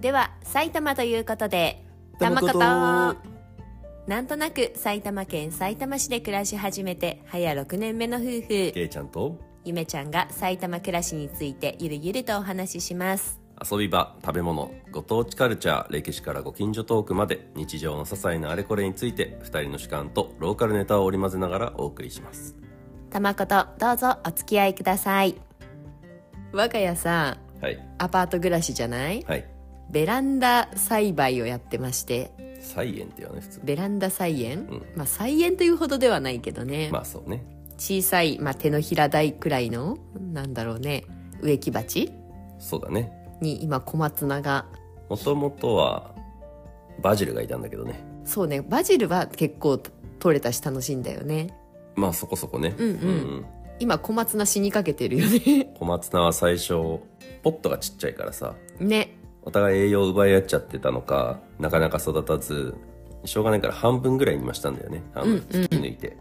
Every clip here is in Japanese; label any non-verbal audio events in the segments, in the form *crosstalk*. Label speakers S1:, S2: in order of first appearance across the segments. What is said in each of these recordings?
S1: では埼玉ということで
S2: 玉
S1: 玉子
S2: 子と
S1: となんとなく埼玉県埼玉市で暮らし始めて早6年目の夫婦
S2: けいちゃんと
S1: ゆめちゃんが埼玉暮らしについてゆるゆるとお話しします
S2: 遊び場食べ物ご当地カルチャー歴史からご近所トークまで日常の些細なあれこれについて2人の主観とローカルネタを織り交ぜながらお送りします
S1: 玉子とどうぞお付き合いください我が家さ
S2: はい
S1: アパート暮らしじゃない
S2: はい
S1: ベランダ栽培をやってまして
S2: 菜園って言わない普通
S1: ベランダ菜園、
S2: うん
S1: まあ菜園というほどではないけどね、
S2: まあそうね
S1: 小さい、まあ、手のひら大くらいのなんだろうね植木鉢
S2: そうだね
S1: に今小松菜が
S2: もともとはバジルがいたんだけどね
S1: そうねバジルは結構取れたし楽しいんだよね
S2: まあそこそこね
S1: うんうん今小松菜死にかけてるよね *laughs*
S2: 小松菜は最初ポットがちっちゃいからさ
S1: ね
S2: お互い栄養を奪い合っちゃってたのかなかなか育たずしょうがないから半分ぐらいにましたんだよね半分引き抜いて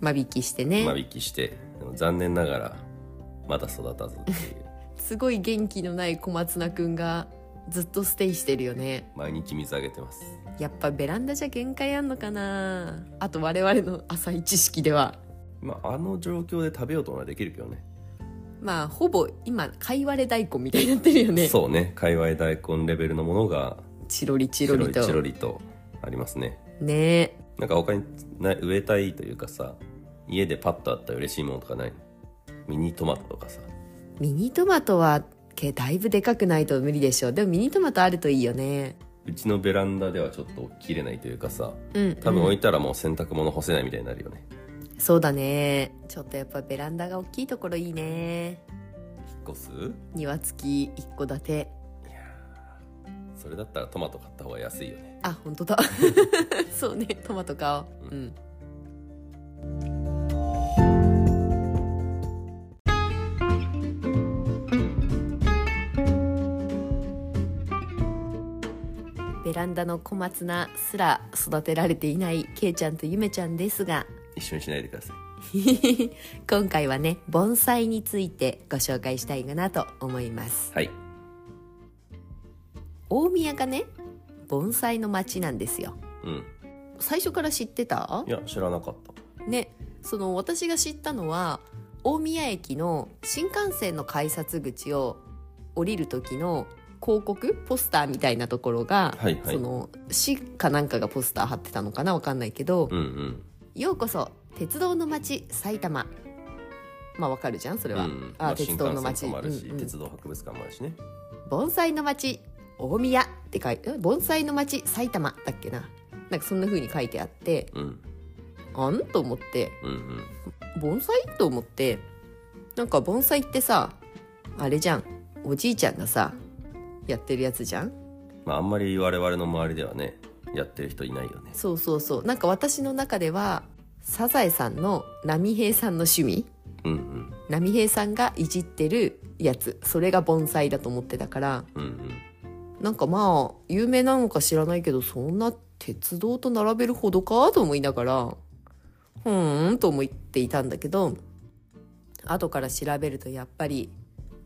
S1: 間引きしてね、
S2: 間引きしてでも残念ながらまだ育たずっていう *laughs*
S1: すごい元気のない小松菜くんがずっとステイしてるよね
S2: 毎日水あげてます
S1: やっぱベランダじゃ限界あんのかなあと我々の浅い知識では
S2: まああの状況で食べようとはできるけどね
S1: まあほぼ今かいわれ大根みたいになってるよね
S2: そうね界隈大根レベルのものが
S1: チロリチ
S2: チ
S1: ロ
S2: ロ
S1: リ
S2: リ
S1: と
S2: チロリとありますね
S1: ねえ
S2: なんか他にな植えたいというかさ家でパッとあったら嬉しいものとかないミニトマトとかさ
S1: ミニトマトはけだいぶでかくないと無理でしょうでもミニトマトあるといいよね
S2: うちのベランダではちょっと切れないというかさ
S1: うん
S2: 多分置いたらもう洗濯物干せないみたいになるよね、
S1: そうだねちょっとやっぱベランダが大きいところいいね
S2: 引っ越す
S1: 庭付き一戸建て
S2: それだったらトマト買った方が安いよね
S1: あ本当だ *laughs* そうねトマト買おううんベランダの小松菜すら育てられていないけいちゃんとゆめちゃんですが
S2: 一緒にしないでください
S1: 今回はね盆栽についてご紹介したいかなと思います
S2: はい
S1: 大宮がね盆栽の町なんですよ
S2: うん
S1: 最初から知ってた
S2: いや知らなかった
S1: ねその私が知ったのは大宮駅の新幹線の改札口を降りる時の広告ポスターみたいなところが、
S2: はいはい
S1: その市かなんかがポスター貼ってたのかなわかんないけど
S2: うんうん
S1: 「ようこそ鉄道の街埼玉」まあわかるじゃんそれは、
S2: うん
S1: あ鉄道の街
S2: 新幹線とかもあるし、
S1: うんうん
S2: 鉄道博物館もあるしね
S1: 盆栽の街大宮って書いて盆栽の街埼玉だっけななんかそんな風に書いてあって
S2: うん
S1: あんと思って
S2: うんうん
S1: 盆栽と思ってなんか盆栽ってさあれじゃんおじいちゃんがさやってるやつじゃん
S2: まああんまり我々の周りではねやってる人いないよね
S1: そうそうそうなんか私の中ではサザエさんの波平さんの趣味
S2: うんうん
S1: 波平さんがいじってるやつそれが盆栽だと思ってたから
S2: うんうん
S1: なんかまあ有名なのか知らないけどそんな鉄道と並べるほどかと思いながらふーんと思っていたんだけど後から調べるとやっぱり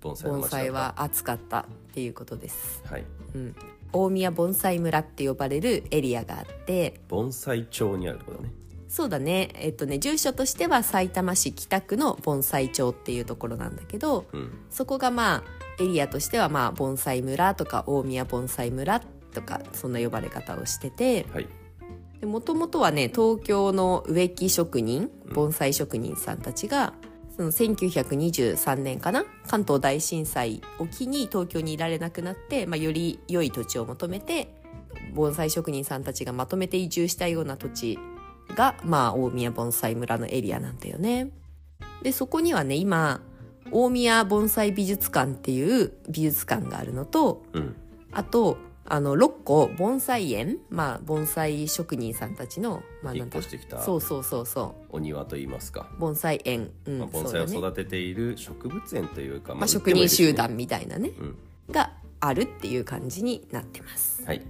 S2: 盆栽の
S1: 盆
S2: 街だった
S1: 栽は暑かったっていうことです、
S2: はい
S1: うん、大宮盆栽村って呼ばれるエリアがあって
S2: 盆栽町にあるとこだね
S1: そうだねえっとね住所としてはさいたま市北区の盆栽町っていうところなんだけど
S2: うん
S1: そこがまあエリアとしてはまあ盆栽村とか大宮盆栽村とかそんな呼ばれ方をしてて
S2: はい
S1: もともとはね東京の植木職人
S2: うん
S1: 盆栽職人さんたちが、その1923年かな関東大震災を機に東京にいられなくなって、まあ、より良い土地を求めて盆栽職人さんたちがまとめて移住したような土地が、まあ、大宮盆栽村のエリアなんだよね。でそこにはね今大宮盆栽美術館っていう美術館があるのと
S2: うん
S1: あと、あの、6個、盆栽園、まあ、盆栽職人さんたちの、まあ、
S2: 引
S1: な
S2: っ
S1: んだ
S2: 越してきた
S1: そうそうそうそ
S2: お庭といいますか、
S1: う、盆栽園、うん、
S2: まあ、盆
S1: そう
S2: 栽を
S1: だね
S2: 育てている植物園というか、
S1: まあ、
S2: 売っ
S1: 職
S2: ても
S1: 人
S2: いるしね
S1: 集団みたいなね、
S2: うん
S1: があるっていう感じになってます。
S2: はい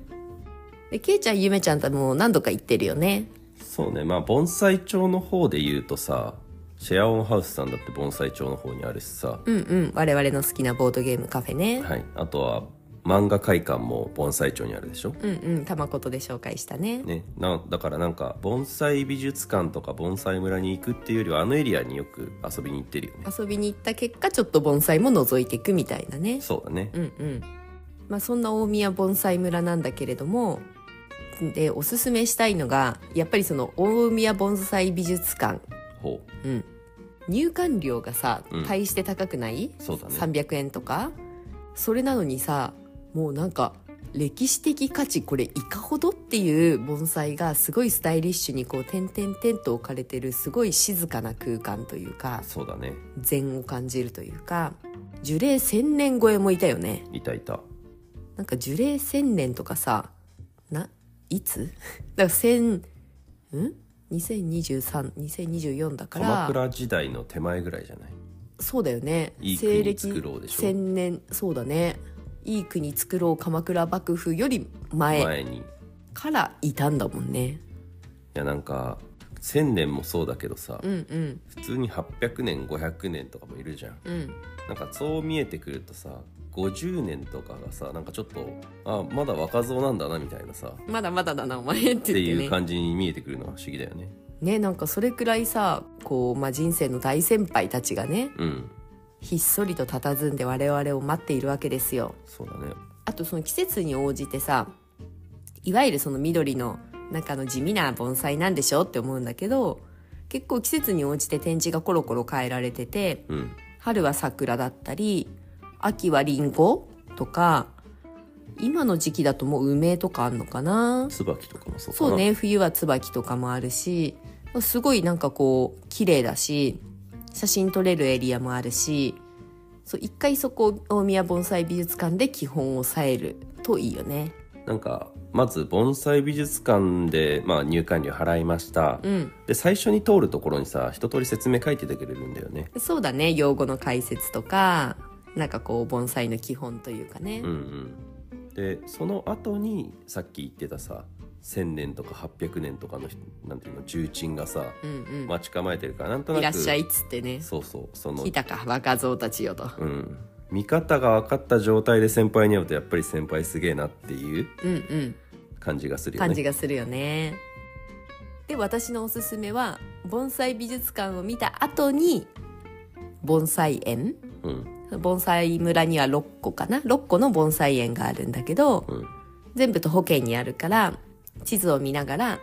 S1: で、けいちゃん、ゆめちゃんともう何度か行ってるよね。
S2: そうねまあ盆栽町の方で言うとさシェアオンハウスさんだって盆栽町の方にあるしさ、
S1: うんうん、我々の好きなボードゲームカフェね。
S2: はい、あとは漫画会館も盆栽町にあるでしょ
S1: うんうん玉ことで紹介したね
S2: ね、なだからなんか盆栽美術館とか盆栽村に行くっていうよりはあのエリアによく遊びに行ってるよね
S1: 遊びに行った結果ちょっと盆栽も覗いていくみたいなね
S2: そうだね
S1: うんうんまあそんな大宮盆栽村なんだけれどもでおすすめしたいのがやっぱりその大宮盆栽美術館
S2: ほ
S1: うん入館料がさ
S2: うん
S1: 大して高くない、
S2: うそうだね
S1: 300円とかそれなのにさもうなんか歴史的価値これいかほどっていう盆栽がすごいスタイリッシュにこう点々点と置かれてるすごい静かな空間というか
S2: そうだね
S1: 禅を感じるというか樹齢1,000年超えもいたよね
S2: いたいた
S1: なんか樹齢1,000年とかさないつ *laughs* だから1000ん20232024だから
S2: 鎌倉時代の手前ぐらいじゃない
S1: そうだよね
S2: いい
S1: 西
S2: 国
S1: 暦
S2: 作ろうでしょ
S1: 1000年そうだねいい国作ろう鎌倉幕府より前
S2: 前にい
S1: からいたんだもんね
S2: やなんか1000年もそうだけどさ、
S1: うんうん
S2: 普通に800年500年とかもいるじゃん
S1: うん
S2: なんかそう見えてくるとさ50年とかがさなんかちょっとあまだ若造なんだなみたいなさっ
S1: まだまだだなお前って言
S2: て
S1: って
S2: いう
S1: ね
S2: 感じに見えてくるのは不思議だよね
S1: ねなんかそれくらいさこう、まあ、人生の大先輩たちがね
S2: うん
S1: ひっそりと佇んで我々を待っているわけですよ
S2: そうだね
S1: あとその季節に応じてさいわゆるその緑の中の地味な盆栽なんでしょって思うんだけど結構季節に応じて展示がコロコロ変えられてて
S2: うん
S1: 春は桜だったり秋はリンゴとか今の時期だともう梅とかあんのかな
S2: 椿とかもそうかな
S1: そうね冬は椿とかもあるしすごいなんかこう綺麗だし写真撮れるエリアもあるしそう一回そこ大宮盆栽美術館で基本を抑えるといいよね
S2: なんかまず盆栽美術館で、まあ、入館料払いました、
S1: うん
S2: で最初に通るところにさ一通り説明書いててくれるんだよね
S1: そうだね用語の解説とかなんかこう盆栽の基本というかね、
S2: うんうんでその後にさっき言ってたさ1,000年とか800年とかのなんていうの重鎮がさ
S1: うん、うん
S2: 待ち構えてるからなんとなく
S1: いらっしゃいっつってね
S2: そうそうその
S1: 来たか若造たちよと
S2: うん見方が分かった状態で先輩に会うとやっぱり先輩すげえなっていう
S1: うんうん
S2: 感じがするよね
S1: 感じがするよね。で私のおすすめは盆栽美術館を見た後に盆栽園
S2: うん
S1: 盆栽村には6個かな6個の盆栽園があるんだけど
S2: うん
S1: 全部と保険にあるから地図を見ながら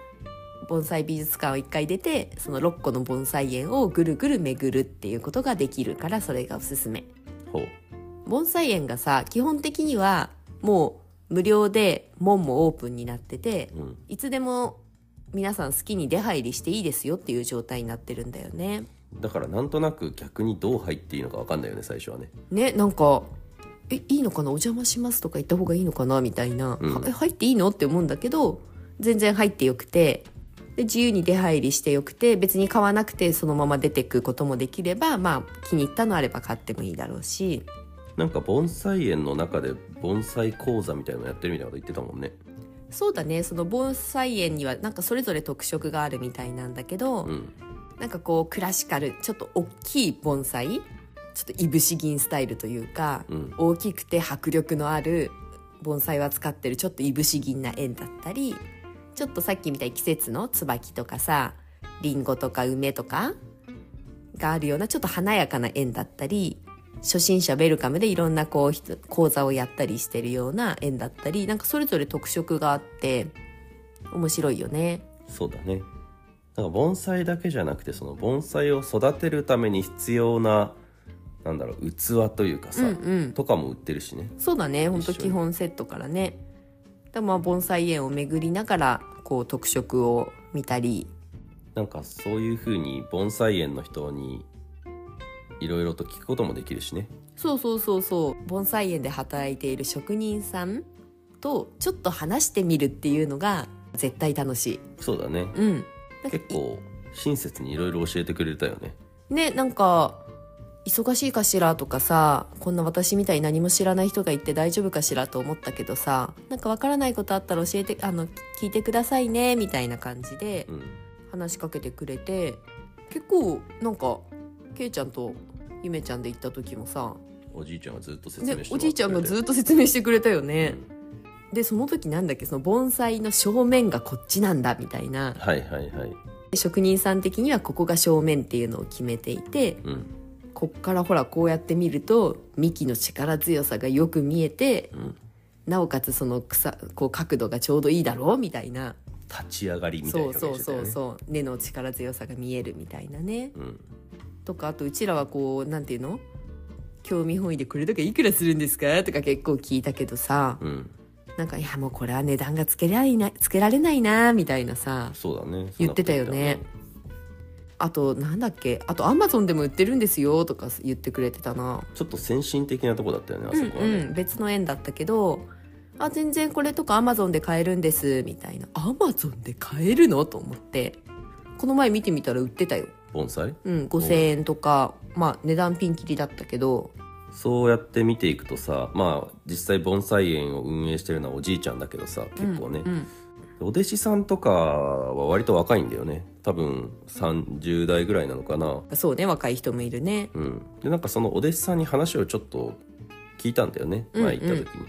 S1: 盆栽美術館を1回出てその6個の盆栽園をぐるぐる巡るっていうことができるからそれがおすすめ。
S2: ほう
S1: 盆栽園がさ基本的にはもう無料で門もオープンになってて
S2: うん
S1: いつでも皆さん好きに出入りしていいですよっていう状態になってるんだよね。
S2: だからなんとなく逆にどう入っていいのか分かんないよね最初はね
S1: ねなんか「えいいのかなお邪魔します」とか言った方がいいのかなみたいな「
S2: うん
S1: はえ入っていいの?」って思うんだけど全然入ってよくてで自由に出入りしてよくて別に買わなくてそのまま出てくこともできればまあ気に入ったのあれば買ってもいいだろうし
S2: なんか盆栽園の中で盆栽講座みたいなのやってるみたいなこと言ってたもんね
S1: そうだねその盆栽園にはなんかそれぞれ特色があるみたいなんだけど、
S2: うん
S1: なんかこうクラシカルちょっと大きい盆栽ちょっといぶし銀スタイルというか、
S2: うん
S1: 大きくて迫力のある盆栽は使ってるちょっといぶし銀な縁だったりちょっとさっきみたいに季節の椿とかさリンゴとか梅とかがあるようなちょっと華やかな縁だったり初心者ウェルカムでいろんなこう人講座をやったりしてるような縁だったりなんかそれぞれ特色があって面白いよね。
S2: そうだねなんか盆栽だけじゃなくてその盆栽を育てるために必要ななんだろう器というかさ、
S1: うんうん
S2: とかも売ってるしね
S1: そうだね本当
S2: 一緒
S1: 基本セットからねだまあ盆栽園を巡りながらこう特色を見たり
S2: なんかそういう風に盆栽園の人にいろいろと聞くこともできるしね
S1: そうそうそうそう盆栽園で働いている職人さんとちょっと話してみるっていうのが絶対楽しい
S2: そうだね
S1: うんなんか
S2: 結構親切にいろいろ教えてくれたよね
S1: ねなんか忙しいかしらとかさこんな私みたいに何も知らない人がいて大丈夫かしらと思ったけどさなんかわからないことあったら教えてあの聞いてくださいねみたいな感じで
S2: うん
S1: 話しかけてくれて結構なんかけいちゃんとゆめちゃんで行った時もさ
S2: おじいちゃんがずっと説明してもら
S1: で
S2: って
S1: おじいちゃんがず
S2: っ
S1: っと説明してくれたよね、でその時なんだっけその盆栽の正面がこっちなんだみたいな
S2: はいはいはい
S1: で職人さん的にはここが正面っていうのを決めていて
S2: うん
S1: こっからほらこうやって見ると幹の力強さがよく見えて
S2: うん
S1: なおかつその草こう角度がちょうどいいだろうみたいな
S2: 立ち上がりみたい
S1: そ
S2: な
S1: う
S2: 感
S1: そう
S2: じだ
S1: そ
S2: よ
S1: う
S2: ね
S1: そう根の力強さが見えるみたいなね
S2: うん
S1: とかあとうちらはこうなんていうの興味本位でこれだけいくらするんですかとか結構聞いたけどさ
S2: うん
S1: なんかいやもうこれは値段がつけられないつけられないなみたいなさ
S2: そうだね
S1: 言ってたよねあとなんだっけあとアマゾンでも売ってるんですよとか言ってくれてたな
S2: ちょっと先進的なとこだったよねあ
S1: うん
S2: そこはね
S1: うん別の園だったけどあ全然これとかアマゾンで買えるんですみたいなアマゾンで買えるのと思ってこの前見てみたら売ってたよ
S2: 盆栽
S1: うん、5,000円とか、まあ、値段ピンキリだったけど
S2: そうやって見ていくとさまあ実際盆栽園を運営してるのはおじいちゃんだけどさ結構ね、
S1: うん
S2: お弟子さんとかは割と若いんだよね多分30代ぐらいなのかな
S1: そうね若い人もいるね
S2: うんでなんかそのお弟子さんに話をちょっと聞いたんだよね
S1: うんうん
S2: 前行った時に、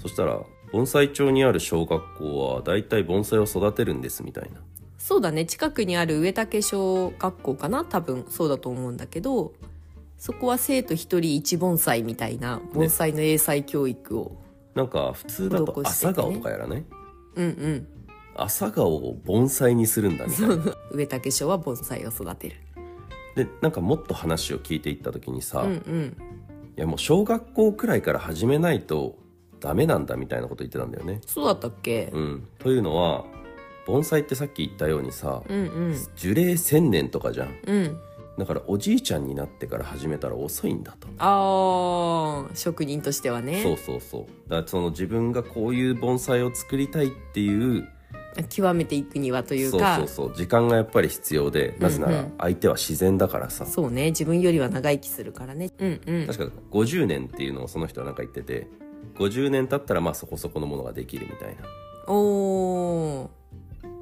S2: そしたら盆栽町にある小学校は大体盆栽を育てるんですみたいな
S1: そうだね近くにある上竹小学校かな多分そうだと思うんだけどそこは生徒一人一盆栽みたいな盆栽の英才教育を、
S2: なんか普通だ
S1: 施
S2: と
S1: して
S2: 朝
S1: ね
S2: 顔とかやらない
S1: うん
S2: 朝顔を盆栽にするんだみたいな
S1: うん上竹小は盆栽を育てる
S2: でなんかもっと話を聞いていった時にさ、
S1: うんう
S2: い
S1: ん
S2: やもう小学校くらいから始めないとダメなんだみたいなこと言ってたんだよね
S1: そうだったっけ、
S2: うん、というのは盆栽ってさっき言ったようにさ、
S1: うん、うん
S2: 樹齢1,000年とかじゃん
S1: うん
S2: だからおじいちゃんになってから始めたら遅いんだと。
S1: あー職人としてはね
S2: そうそうそうだからその自分がこういう盆栽を作りたいっていう
S1: 極めていくにはという
S2: そう
S1: か
S2: そうそう時間がやっぱり必要でなぜな
S1: う
S2: ら
S1: んうん
S2: 相手は自然だからさ、
S1: そうね自分よりは長生きするからねうんうん
S2: 確か50年っていうのをその人はなんか言ってて50年経ったらまあそこそこのものができるみたいなだか
S1: お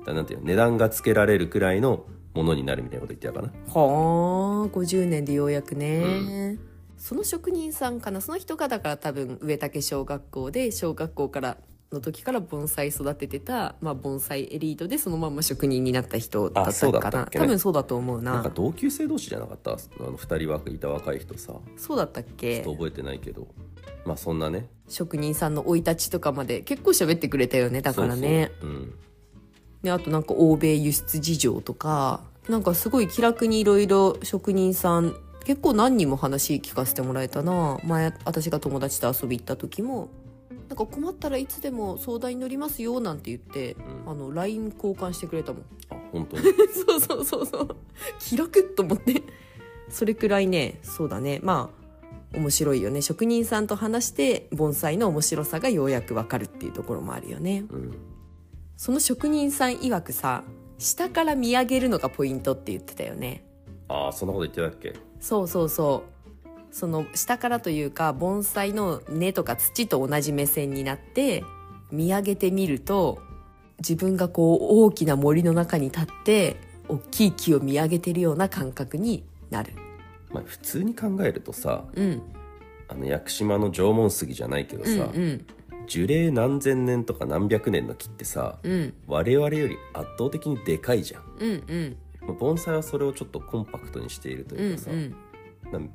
S1: ー
S2: らなんていうの値段がつけられるくらいのものになるみたいなこと言ってたかな
S1: はあ50年でようやくね、
S2: う
S1: その職人さんかなその人がだから多分上竹小学校で小学校からの時から盆栽育ててた、まあ、盆栽エリートでそのまま職人になった人だっ
S2: あそ
S1: た
S2: うだ
S1: か
S2: ったっ
S1: な、
S2: けね
S1: 多分そうだと思うな
S2: なんか同級生同士じゃなかったあの2人はいた若い人さ
S1: そうだったっ
S2: ちょっ
S1: け
S2: と覚えてないけどまあそんなね
S1: 職人さんの生い立ちとかまで結構喋ってくれたよねだからね
S2: そうそううん
S1: であとなんか欧米輸出事情とかなんかすごい気楽にいろいろ職人さん結構何人も話聞かせてもらえたな前私が友達と遊び行った時もなんか困ったらいつでも相談に乗りますよなんて言って、
S2: うん
S1: あの LINE 交換してくれたもん *laughs*
S2: あ本当に
S1: そうそうそうそう気楽と思ってそれくらいねそうだねまあ面白いよね職人さんと話して盆栽の面白さがようやくわかるっていうところもあるよね
S2: うん
S1: その職人さん曰くさ下から見上げるのがポイントって言ってたよね
S2: ああそんなこと言ってたっけ
S1: そうそうそうその下からというか盆栽の根とか土と同じ目線になって見上げてみると自分がこう大きな森の中に立って大きい木を見上げてるような感覚になる
S2: まあ普通に考えるとさ
S1: うん
S2: あの屋久島の縄文杉じゃないけど
S1: うんう
S2: さ、
S1: ん
S2: 樹齢何千年とか何百年の木ってさ、
S1: うん
S2: 我々より圧倒的にでかいじゃん
S1: うんうん
S2: まあ盆栽はそれをちょっとコンパクトにしていると
S1: う
S2: いうんかさ、
S1: うん
S2: なん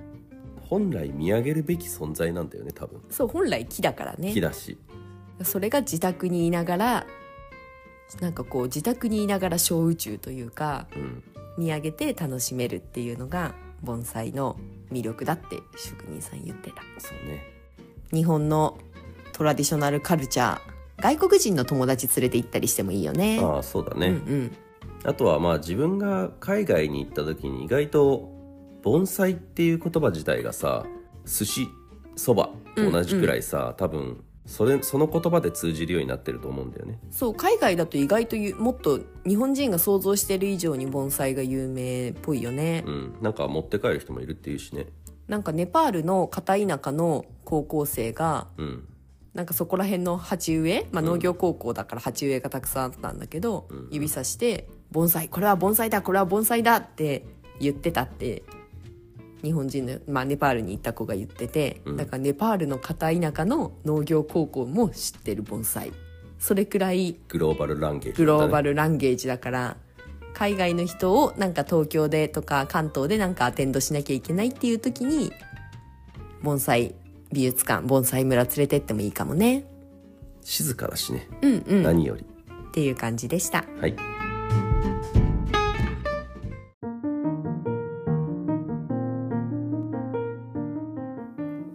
S2: 本来見上げるべき存在なんだよね多分
S1: そう本来木だからね
S2: 木だし
S1: それが自宅にいながらなんかこう自宅にいながら小宇宙というか
S2: うん
S1: 見上げて楽しめるっていうのが盆栽の魅力だって職人さん言ってた
S2: そうね
S1: 日本のトラディショナルカルチャー外国人の友達連れて行ったりしてもいいよね
S2: ああそうだね、
S1: うん
S2: あとはまあ自分が海外に行った時に意外と盆栽っていう言葉自体がさ寿司そばと同じくらいさ、多分それその言葉で通じるようになってると思うんだよね
S1: うん、そう海外だと意外とゆもっと日本人が想像してる以上に盆栽が有名っぽいよね、
S2: うんなんか持って帰る人もいるっていうしね
S1: なんかネパールの片田舎の高校生が
S2: うん
S1: なんかそこら辺の鉢植え、まあ、農業高校だから鉢植えがたくさんあったんだけど、
S2: うん
S1: 指さして「盆栽これは盆栽だこれは盆栽だ」って言ってたって日本人の、まあ、ネパールに行った子が言ってて、
S2: うん
S1: だからネパールの片田舎の農業高校も知ってる盆栽それくらい
S2: グローバルランゲージ、
S1: グローバ
S2: ル。
S1: ルランゲージだから海外の人をなんか東京でとか関東でなんかアテンドしなきゃいけないっていう時に盆栽美術館盆栽村連れてってもいいかもね
S2: 静かだしね。
S1: うんうんっ
S2: 何より。
S1: ていう感じでした
S2: はい。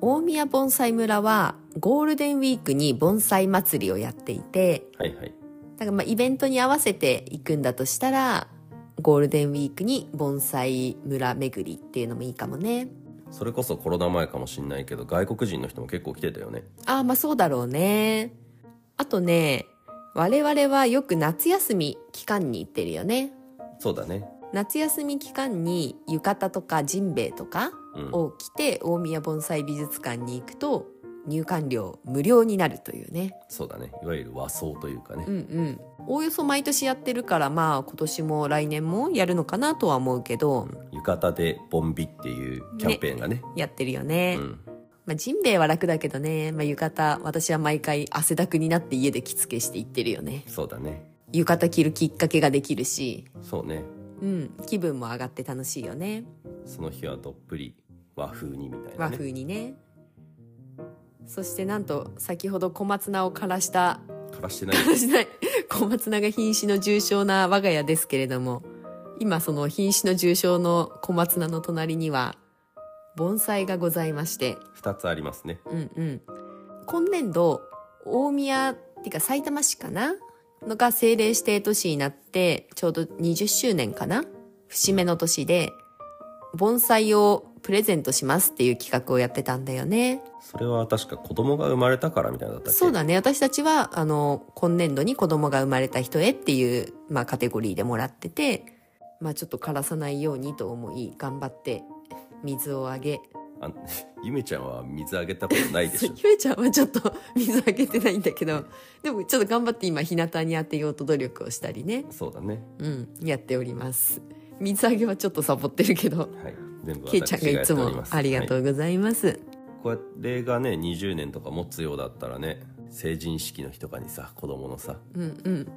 S1: 大宮盆栽村はゴールデンウィークに盆栽祭りをやっていて
S2: はいはい。
S1: だからまあイベントに合わせて行くんだとしたらゴールデンウィークに盆栽村巡りっていうのもいいかもね
S2: それこそコロナ前かもしんないけど、外国人の人も結構来てたよね。
S1: ああ、まあそうだろうね。あとね、我々はよく夏休み期間に行ってるよね。
S2: そうだね。
S1: 夏休み期間に浴衣とかジンベエとか
S2: うん。
S1: を着て大宮盆栽美術館に行くと入館料無料になるというね。
S2: そうだね。いわゆる和装というかね
S1: うん。うん。おおよそ毎年やってるからまあ今年も来年もやるのかなとは思うけど、
S2: 浴衣でボンビっていうキャンペーンがね。
S1: やってるよね。
S2: うん。
S1: まあジンベエは楽だけどね、まあ浴衣私は毎回汗だくになって家で着付けして行ってるよね。
S2: そうだね。
S1: 浴衣着るきっかけができるし、
S2: そうね。
S1: うん、気分も上がって楽しいよね
S2: その日はどっぷり和風にみたいな、
S1: 和
S2: ね。
S1: 風にねそしてなんと先ほど小松菜を枯らした
S2: 枯らしてない。
S1: 枯らしない小松菜が瀕死の重症な我が家ですけれども今その瀕死の重症の小松菜の隣には盆栽がございまして
S2: 二つありますね。
S1: うんうん今年度大宮っていうか埼玉市かなのが政令指定都市になってちょうど20周年かな節目の年で盆栽をプレゼントしますっていう企画をやってたんだよね
S2: それは確か子供が生まれたからみたいなのだったっけ
S1: そうだね私たちはあの今年度に子供が生まれた人へっていう、まあ、カテゴリーでもらってて、まあ、ちょっと枯らさないようにと思い頑張って水をあげ
S2: あゆめちゃんは水あげたことないでしょ
S1: ゆめちゃんはちょっと *laughs* 水あげてないんだけどでもちょっと頑張って今日向に当てようと努力をしたりね
S2: そうだね
S1: うんやっております水あげはちょっとサボってるけど
S2: はい全部
S1: けいちゃんがいつもありが
S2: う、
S1: とうございます、
S2: はいこれがね20年とか持つようだったらね成人式の日とかにさ子供のさ
S1: うんうん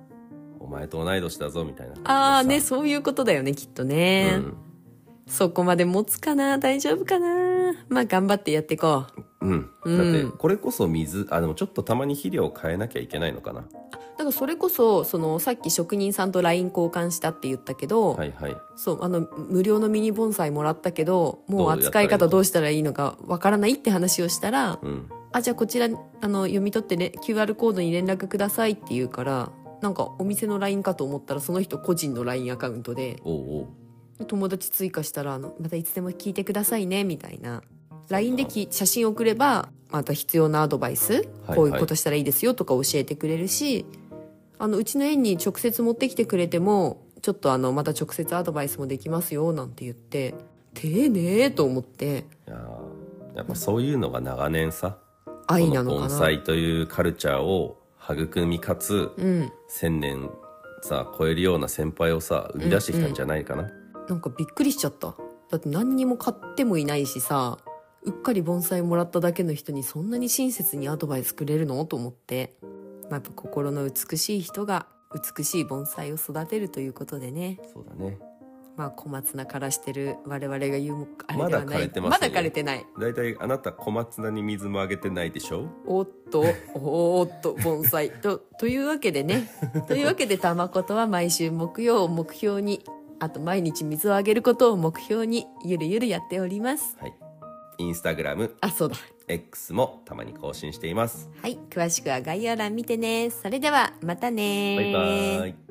S2: お前と同い年だぞみたいな感じでさ
S1: ああねそういうことだよねきっとね、そこまで持つかな大丈夫かなまあ頑張ってやっていこう
S2: うん、う、
S1: うん
S2: だっ
S1: ん
S2: てこれこそ水あでもちょっとたまに肥料を変えなきゃいけないのかな
S1: だからそれこそそのさっき職人さんと LINE 交換したって言ったけど、
S2: はいはい
S1: そうあの無料のミニ盆栽もらったけどもう
S2: どうやったらいいの
S1: 扱い方どうしたらいいのかわからないって話をしたら
S2: うん
S1: 「あじゃあこちらあの読み取って、ね、QR コードに連絡ください」って言うからなんかお店の LINE かと思ったらその人個人の LINE アカウントで
S2: おうおう
S1: 友達追加したらあの「またいつでも聞いてくださいね」みたいな LINE でき写真送ればまた必要なアドバイス、
S2: はい
S1: こういうことしたらいいですよとか教えてくれるしあのうちの園に直接持ってきてくれてもちょっとあのまた直接アドバイスもできますよなんて言って丁寧と思って
S2: いやーやっぱそういうのが長年さ
S1: 愛なの
S2: こ
S1: か
S2: 盆
S1: な。
S2: 栽というカルチャーを育みかつ、
S1: うん、
S2: 千年さ超えるような先輩をさ生み出してきたんじゃないかな、
S1: なんかびっくりしちゃっただって何にも買ってもいないしさうっかり盆栽もらっただけの人にそんなに親切にアドバイスくれるのと思って、まあ、やっぱ心の美しい人が美しい盆栽を育てるということでね、
S2: そうだね
S1: まあ、小松菜枯らしてる我々が言うもあれ
S2: ま
S1: では
S2: だ
S1: ない
S2: 枯れてますね
S1: だ枯れてない
S2: 大体あなた小松菜に水もあげてないでしょ
S1: おっとおーっと盆栽 *laughs* とというわけでねというわけでたまことは毎週木曜を目標にあと毎日水をあげることを目標にゆるゆるやっております
S2: はいインスタグラム
S1: あそうだ
S2: X もたまに更新しています
S1: はい、詳しくは概要欄見てね。それではまたね
S2: バイバーイ